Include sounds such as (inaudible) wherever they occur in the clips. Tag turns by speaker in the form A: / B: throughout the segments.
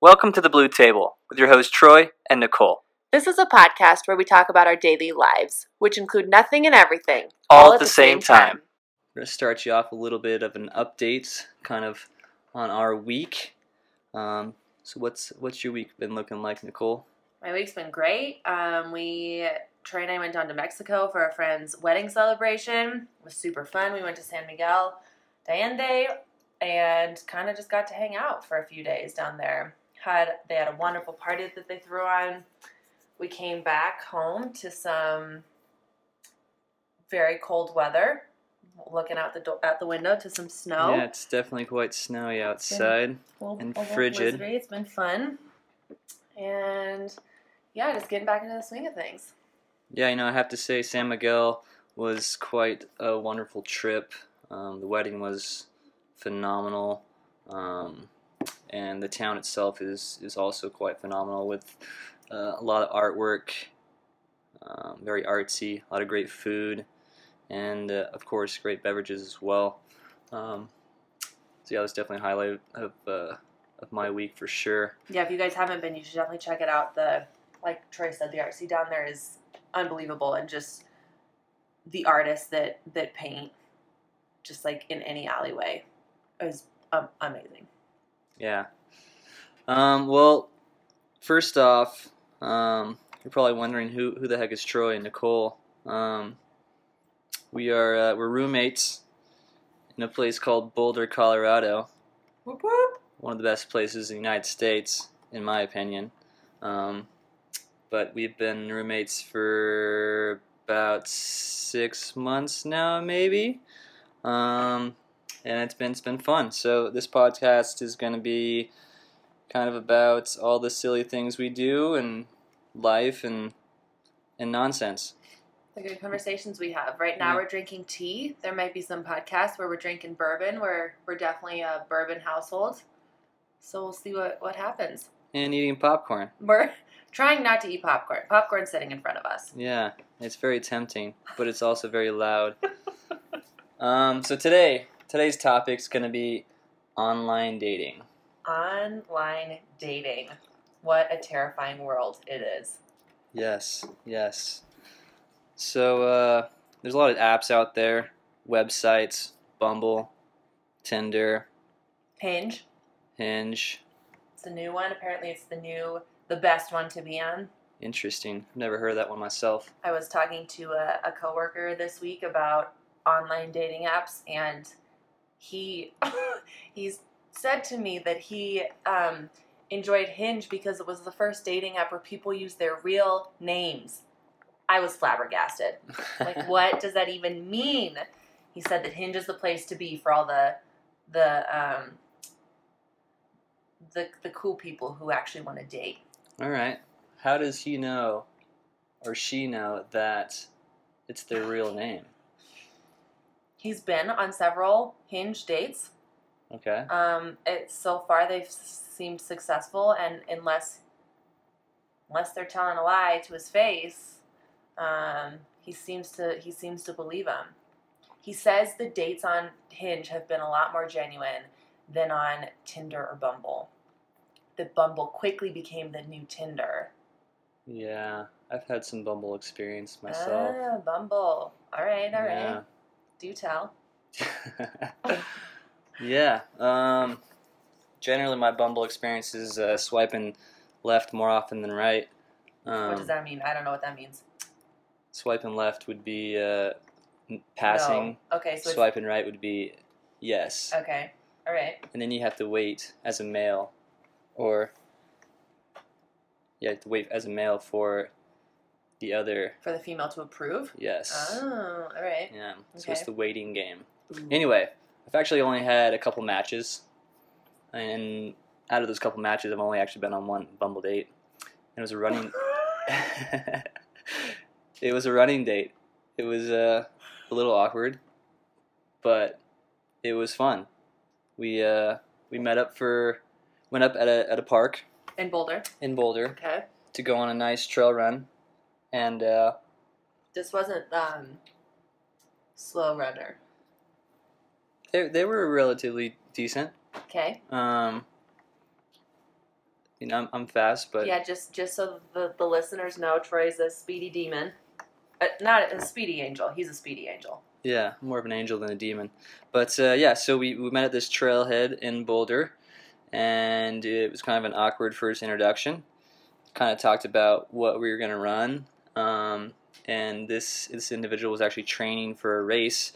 A: Welcome to the Blue Table with your hosts Troy and Nicole.
B: This is a podcast where we talk about our daily lives, which include nothing and everything,
A: All at the same time. We're going to start you off a little bit of an update, kind of on our week. Um, so what's what's your week been looking like, Nicole?
C: My week's been great. Um, we Troy and I went down to Mexico for a friend's wedding celebration. It was super fun. We went to San Miguel de Allende and kind of just got to hang out for a few days down there. Had they had a wonderful party that they threw on. We came back home to some very cold weather. Looking out the do- out the window to some snow.
A: Yeah, it's definitely quite snowy outside.
C: Well,
A: and
C: a little
A: frigid.
C: blizzardy. It's been fun, and yeah, just getting back into the swing of things.
A: Yeah, you know, I have to say San Miguel was quite a wonderful trip. Um, the wedding was phenomenal, um, and the town itself is is also quite phenomenal with uh, a lot of artwork, um, very artsy, a lot of great food, and uh, of course great beverages as well. Um, so yeah, that was definitely a highlight of uh, of my week for sure.
C: Yeah, if you guys haven't been, you should definitely check it out. The like Troy said, the RC down there is unbelievable, and just the artists that that paint, just like in any alleyway, is um, amazing.
A: Yeah. Um, well, first off, um, you're probably wondering who, who the heck is Troy and Nicole. Um, we are uh, we're roommates in a place called Boulder, Colorado.
C: Whoop whoop.
A: One of the best places in the United States, in my opinion. Um, but we've been roommates for about six months now, maybe. Um, and it's been it's been fun. So this podcast is going to be kind of about all the silly things we do and life and and nonsense.
C: The good conversations we have right now.
A: Yeah.
C: We're drinking tea. There might be some podcasts where we're drinking bourbon. We're we're definitely a bourbon household, so we'll see what what happens.
A: And eating popcorn.
C: We're (laughs) trying not to eat popcorn. Popcorn's sitting in front of us.
A: Yeah, it's very tempting, but it's also very
C: (laughs)
A: loud. um, so today, today's topic's going to be online dating.
C: Online dating. What a terrifying world it is.
A: Yes, yes. So uh, there's a lot of apps out there, websites, Bumble, Tinder,
C: Hinge.
A: Hinge.
C: It's a new one. Apparently, it's the new, the best one to be on.
A: Interesting. Never heard of that one myself.
C: I was talking to a, a coworker this week about online dating apps, and he (laughs) he's said to me that he um, enjoyed Hinge because it was the first dating app where people use their real names. I was flabbergasted.
A: (laughs)
C: like what does that even mean he said that hinge is the place to be for all the the um the, the cool people who actually want to date
A: All right. How does he know or she know that it's their real name?
C: he's been on several hinge dates
A: Okay.
C: um it's so far they've s- seemed successful and unless unless they're telling a lie to his face um he seems to he seems to believe him he says the dates on hinge have been a lot more genuine than on tinder or bumble that bumble quickly became the new tinder
A: Yeah. I've had some Bumble experience myself.
C: ah, bumble all right all right
A: Yeah.
C: do tell Ah.
A: (laughs) yeah. Um, generally, my Bumble experience is uh, swiping left more often than right. Um,
C: what does that mean i don't know what that means
A: Swiping left would be uh, n- passing.
C: no. okay so it's, Uh,
A: Swiping right would be yes.
C: okay all right
A: And then you have to wait as a male, or yeah, you have to wait as a male for the other
C: for the female to approve
A: yes.
C: Oh, all right.
A: Yeah. So it's
C: Okay.
A: the waiting game. Anyway, I've actually only had a couple matches, and out of those couple matches, I've only actually been on one Bumble date. And it was a running. (laughs) it was a running date. It was uh, a little awkward, but it was fun. We uh, we met up for went up at a at a park
C: (gasps) In Boulder.
A: in Boulder
C: Okay.
A: to go on a nice trail run, and uh,
C: This wasn't um slow runner.
A: they they were relatively decent.
C: Okay.
A: Um, you know, I'm, I'm fast, but
C: yeah, just just so the, the listeners know, Troy's a speedy demon. Uh, not a speedy angel. He's a speedy angel.
A: Yeah, more of an angel than a demon. But uh, yeah, so we, we met at this trailhead in Boulder, and it was kind of an awkward first introduction. Kind of talked about what we were going to run, um, and this this individual was actually training for a race,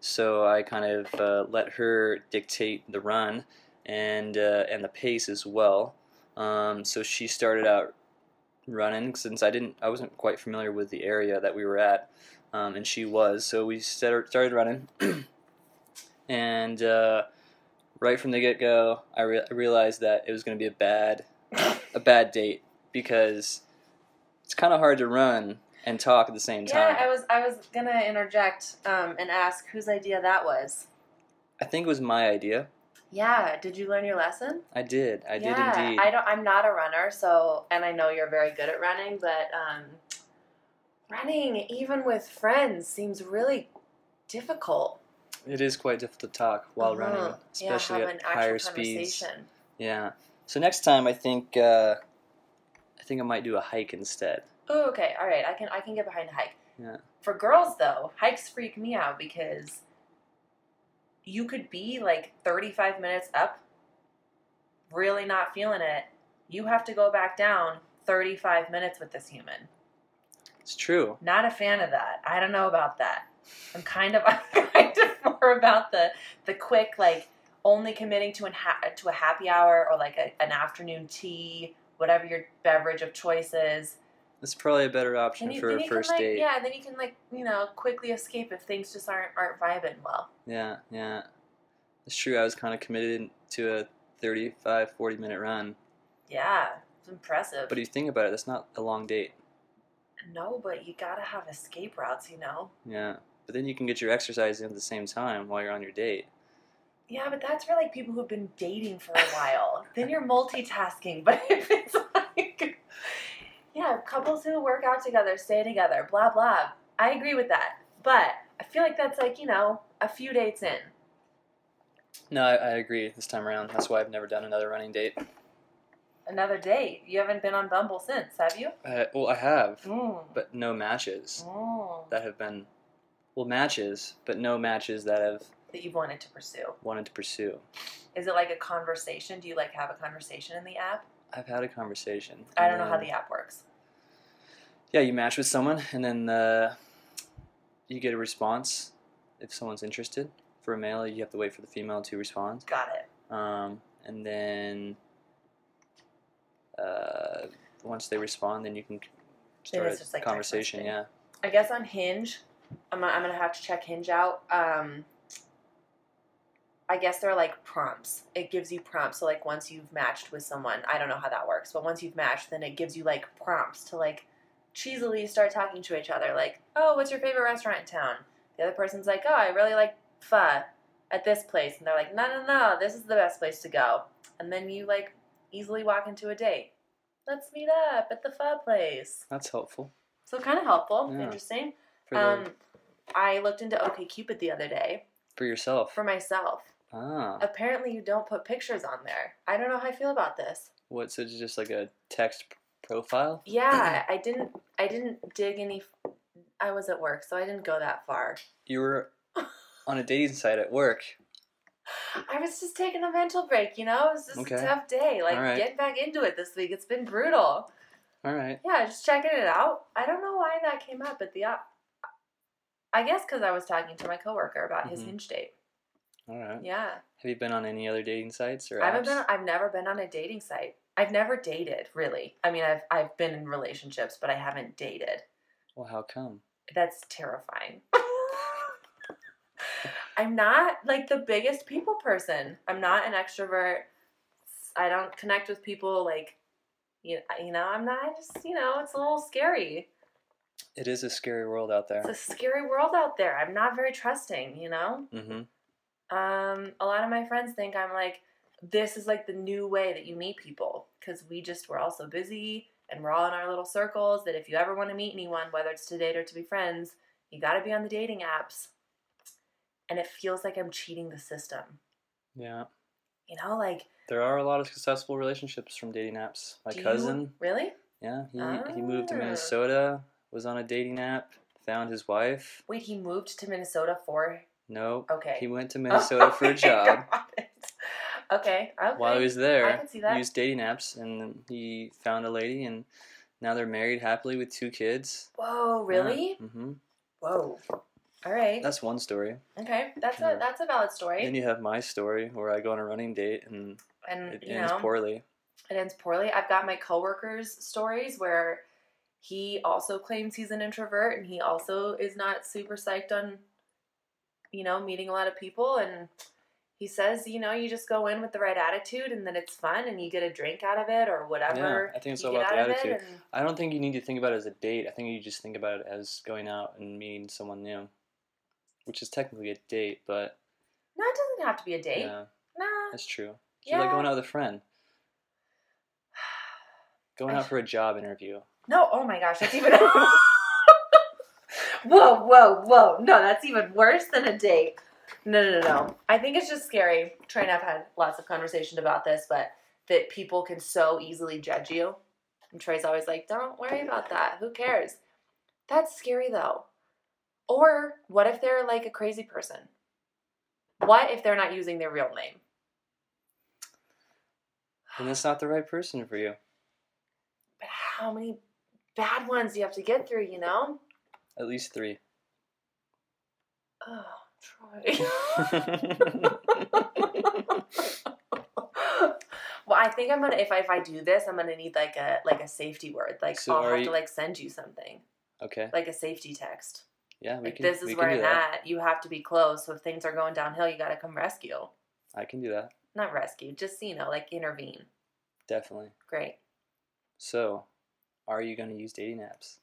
A: so I kind of uh, let her dictate the run and uh, and the pace as well. Um, so she started out running since I didn't I wasn't quite familiar with the area that we were at um, and she was. So we sta- started running, (clears throat) and uh, right from the get go, I, re- I realized that it was going to be a bad, a bad date because it's kind of hard to run and talk at the same time.
C: Yeah, I was I was gonna interject um, and ask whose idea that was.
A: I think it was my idea.
C: Yeah, did you learn your lesson?
A: I did. I
C: yeah,
A: did indeed.
C: I don't. I'm not a runner, so and I know you're very good at running, but um, running even with friends seems really difficult.
A: it is quite difficult to talk while running,
C: Uh-huh. Yeah,
A: especially
C: have an
A: at
C: actual
A: higher speeds.
C: conversation.
A: Yeah. So next time, I think uh, I think I might do a hike instead.
C: Ooh, okay, all right. I can I can get behind a hike.
A: Yeah.
C: For girls though, hikes freak me out because you could be like 35 minutes up, really not feeling it. You have to go back down 35 minutes with this human.
A: It's true.
C: Not a fan of that. I don't know about that. I'm kind of (laughs) I'm kind of more about the the quick like only committing to an ha- to a happy hour or like a, an afternoon tea, whatever your beverage of choice is.
A: That's probably a better option
C: Then
A: for
C: then
A: a first
C: can, like,
A: date.
C: Yeah, then you can like you know quickly escape if things just aren't aren't vibing well.
A: Yeah, yeah. It's true. I was kind of committed to a 35, 40 minute run.
C: Yeah, it's impressive.
A: But if you think about it, that's not a long date.
C: no, but you gotta have escape routes, you know.
A: Yeah. But then you can get your exercise in at the same time while you're on your date.
C: Yeah, but that's for like people who've been dating for a while. then you're multitasking. But (laughs) if it's like, yeah, couples who work out together, stay together, blah blah. I agree with that, but I feel like that's like you know a few dates in.
A: No, I, I agree this time around. That's why I've never done another running date.
C: Another date. You haven't been on Bumble since, have you?
A: Uh, well, I have,
C: Mm.
A: but no matches
C: Mm.
A: that have been. Well, matches, but no matches that I've
C: That you wanted to pursue.
A: wanted to pursue.
C: Is it like a conversation? Do you like have a conversation in the app?
A: I've had a conversation.
C: I
A: and
C: don't know how
A: then-
C: the app works.
A: yeah, you match with someone, and then uh, you get a response if someone's interested. For a male, you have to wait for the female to respond,
C: Got it.
A: um, and then uh, once they respond, then you can start
C: it's
A: a
C: just like text
A: conversation.
C: messaging.
A: Yeah,
C: I guess on Hinge, I'm, I'm gonna have to check Hinge out. Um, I guess they're like prompts. It gives you prompts. So like once you've matched with someone, I don't know how that works, but once you've matched, then it gives you like prompts to like cheesily start talking to each other. Like, oh, what's your favorite restaurant in town? The other person's like, oh, I really like pho at this place, and they're like, no, no, no, this is the best place to go. And then you like easily walk into a date. Let's meet up at the pho place.
A: that's helpful.
C: So kind of helpful,
A: Yeah.
C: interesting.
A: For, the,
C: Um, I looked into OkCupid the other day
A: for yourself.
C: for myself.
A: ah,
C: Apparently, you don't put pictures on there. I don't know how I feel about this.
A: what? So it's just like a text p- profile? (clears throat)
C: Yeah, I didn't. I didn't dig any. I was at work, so I didn't go that far.
A: You were on a dating site at work.
C: I was just taking a mental break. You know, it was just
A: Okay.
C: a tough day. Like
A: All right.
C: getting back into it this week. It's been brutal.
A: All right.
C: Yeah, just checking it out. I don't know why that came up at the. op- I guess because I was talking to my coworker about his
A: Mhm.
C: hinge date.
A: All right.
C: Yeah.
A: Have you been on any other dating sites or apps?
C: I haven't been. I've never been on a dating site. I've never dated, really. I mean, I've I've been in relationships, but I haven't dated.
A: well, how come?
C: That's terrifying. I'm not like the biggest people person. I'm not an extrovert. I don't connect with people like you. You know, I'm not. I just you know, it's a little scary.
A: It is a scary world out there.
C: It's a scary world out there. I'm not very trusting. You know.
A: Mm-hmm.
C: Um, a lot of my friends think I'm like, this is like the new way that you meet people because we just we're all so busy and we're all in our little circles that if you ever want to meet anyone, whether it's to date or to be friends, you got to be on the dating apps. And it feels like I'm cheating the system.
A: Yeah.
C: You know, like
A: There are a lot of successful relationships from dating apps. My
C: do you-
A: cousin,
C: really?
A: yeah, he, he moved to
C: Ah.
A: Minnesota, was on a dating app, found his wife.
C: Wait, he moved to Minnesota for
A: No,
C: Okay.
A: he went to
C: (laughs)
A: Minnesota for a
C: Okay,
A: job.
C: got it. Okay. okay.
A: While he was there,
C: I can see that.
A: he used dating apps, and then he found a lady, and now they're married happily with two kids.
C: Whoa, really?
A: hmm
C: Whoa. All right.
A: That's one story.
C: okay. That's
A: Yeah.
C: a that's a valid story.
A: Then you have my story where I go on a running date and
C: and
A: it
C: Mm, you
A: ends
C: know,
A: poorly.
C: it ends poorly. I've got my coworkers' stories where he also claims he's an introvert and he also is not super psyched on, you know, meeting a lot of people. And he says, you know, you just go in with the right attitude and then it's fun and you get a drink out of it or whatever.
A: Yeah, I think it's
C: you
A: all about
C: get
A: the
C: out of it
A: attitude.
C: and-
A: I don't think you need to think about it as a date. I think you just think about it as going out and meeting someone new, which is technically a date, but
C: no, it doesn't have to be a date.
A: yeah,
C: Nah.
A: that's true. It's like
C: Yeah.
A: going out with a
C: (sighs)
A: friend, going out for a job interview.
C: No, oh my gosh, that's even. (laughs) whoa, whoa, whoa. No, that's even worse than a date. No, no, no, no. I think it's just scary. Trey and I've had lots of conversation about this, but that people can so easily judge you. And Trey's always like, don't worry about that. Who cares? That's scary though. Or what if they're like a crazy person? What if they're not using their real name?
A: And that's not the right person for you.
C: But how many bad ones do you have to get through, you know?
A: At least three. (laughs)
C: Oh, Troy.
A: (laughs)
C: well, I think I'm gonna if I if I do this, I'm gonna need like a like a safety word. Like
A: So
C: I'll
A: are
C: have
A: you-
C: to like send you something,
A: okay.
C: like a safety text.
A: Yeah, we
C: like
A: can.
C: this is
A: we
C: where
A: can do
C: I'm
A: that.
C: at. You have to be close. So if things are going downhill, you gotta come rescue.
A: I can do that
C: Not rescue, just you know, like intervene.
A: definitely.
C: Great.
A: So, are you going to use dating apps?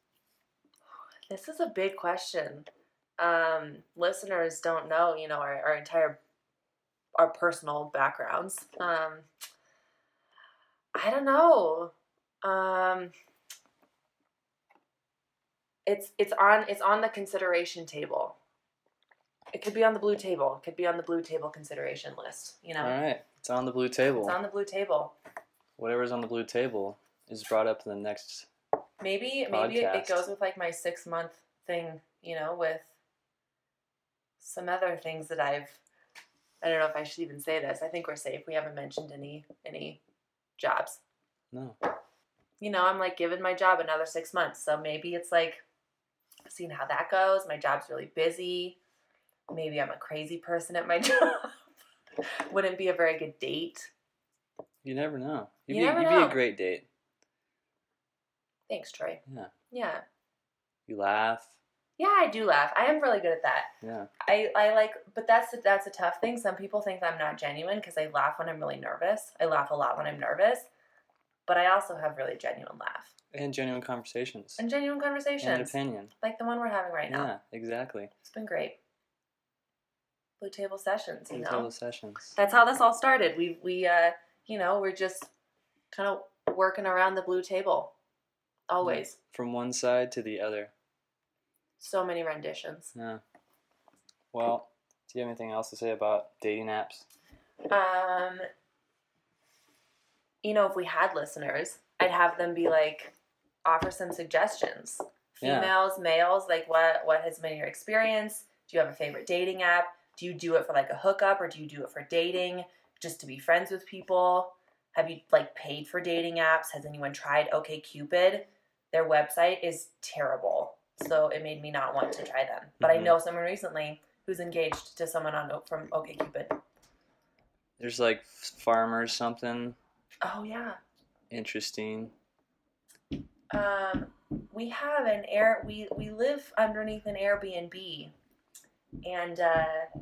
C: This is a big question. Um, listeners don't know, you know, our, our entire our personal backgrounds. Um, I don't know. Um, it's it's on it's on the consideration table. It could be on the blue table. It could be on the blue table consideration list. You know,
A: All right, it's on the blue table.
C: it's on the blue table.
A: Whatever's on the blue table is brought up in the next.
C: Maybe maybe it,
A: Podcast.
C: it goes with like my six month thing, you know, with some other things that I've. I don't know if I should even say this. I think we're safe. We haven't mentioned any any jobs.
A: No,
C: You know, I'm like giving my job another six months, so maybe it's like seeing how that goes. My job's really busy. Maybe I'm a crazy person at my (laughs) job. Wouldn't be a very good date.
A: you never know. You'd,
C: You
A: be,
C: never
A: you'd
C: know.
A: be a great date.
C: Thanks, Troy.
A: Yeah.
C: Yeah.
A: You laugh.
C: Yeah, I do laugh. I am really good at that.
A: Yeah.
C: I, I like, but that's that's a tough thing. Some people think I'm not genuine because I laugh when I'm really nervous. I laugh a lot when I'm nervous, but I also have really genuine laugh
A: And genuine conversations.
C: and genuine
A: And
C: conversations,
A: opinion.
C: like the one we're having right now.
A: Yeah, exactly.
C: It's been great. Blue table sessions, you
A: Blue
C: know.
A: table sessions.
C: That's how this all started. We we uh, you know, we're just kind of working around the blue table, always.
A: From one side to the other.
C: So many renditions.
A: Yeah. Well, do you have anything else to say about dating apps?
C: um you know if we had listeners i'd have them be like offer some suggestions
A: Yeah.
C: females males like what what has been your experience do you have a favorite dating app do you do it for like a hookup or do you do it for dating just to be friends with people have you like paid for dating apps has anyone tried okay cupid their website is terrible so it made me not want to try them but i
A: Mhm.
C: know someone recently who's engaged to someone on from okay cupid
A: There's like farmers something
C: oh yeah
A: interesting.
C: um, we have an air we we live underneath an airbnb and uh,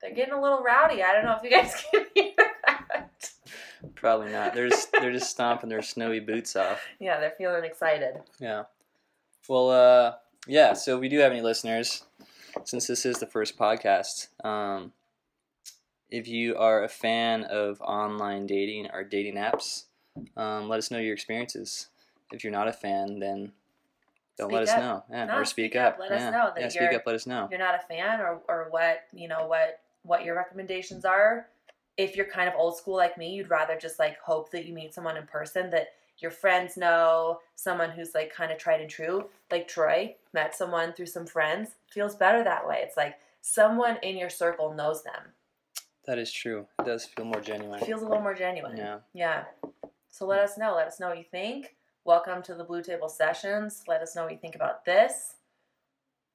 C: they're getting a little rowdy i don't know if you guys (laughs) can hear that
A: Probably not. They're just, they're just stomping their snowy boots off.
C: yeah they're feeling excited
A: Yeah. Well, uh, yeah, so if we do have any listeners, since this is the first podcast, um, if you are a fan of online dating or dating apps, um, let us know your experiences. If you're not a fan, then don't let us
C: Speak
A: know. Yeah,
C: No,
A: or speak, up.
C: Let us
A: yeah.
C: know that
A: yeah, speak
C: you're-
A: up. Let us know.
C: you're not a fan or or what you know what what your recommendations are if you're kind of old school like me, you'd rather just like hope that you meet someone in person that your friends know, someone who's like kind of tried and true. Like Troy met someone through some friends, feels better that way. It's like someone in your circle knows them.
A: That is true. It does feel more genuine.
C: feels a little more genuine.
A: Yeah.
C: Yeah. So let us know. Let us know what you think. Welcome to the Blue Table Sessions. Let us know what you think about this.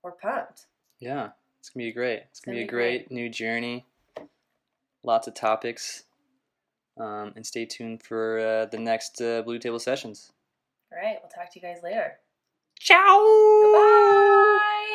C: We're pumped.
A: Yeah. It's gonna be great. It's gonna be a great new journey. Lots of topics. Um, and stay tuned for uh, the next uh, Blue Table sessions.
C: All right. We'll talk to you guys later.
A: Ciao.
C: Goodbye.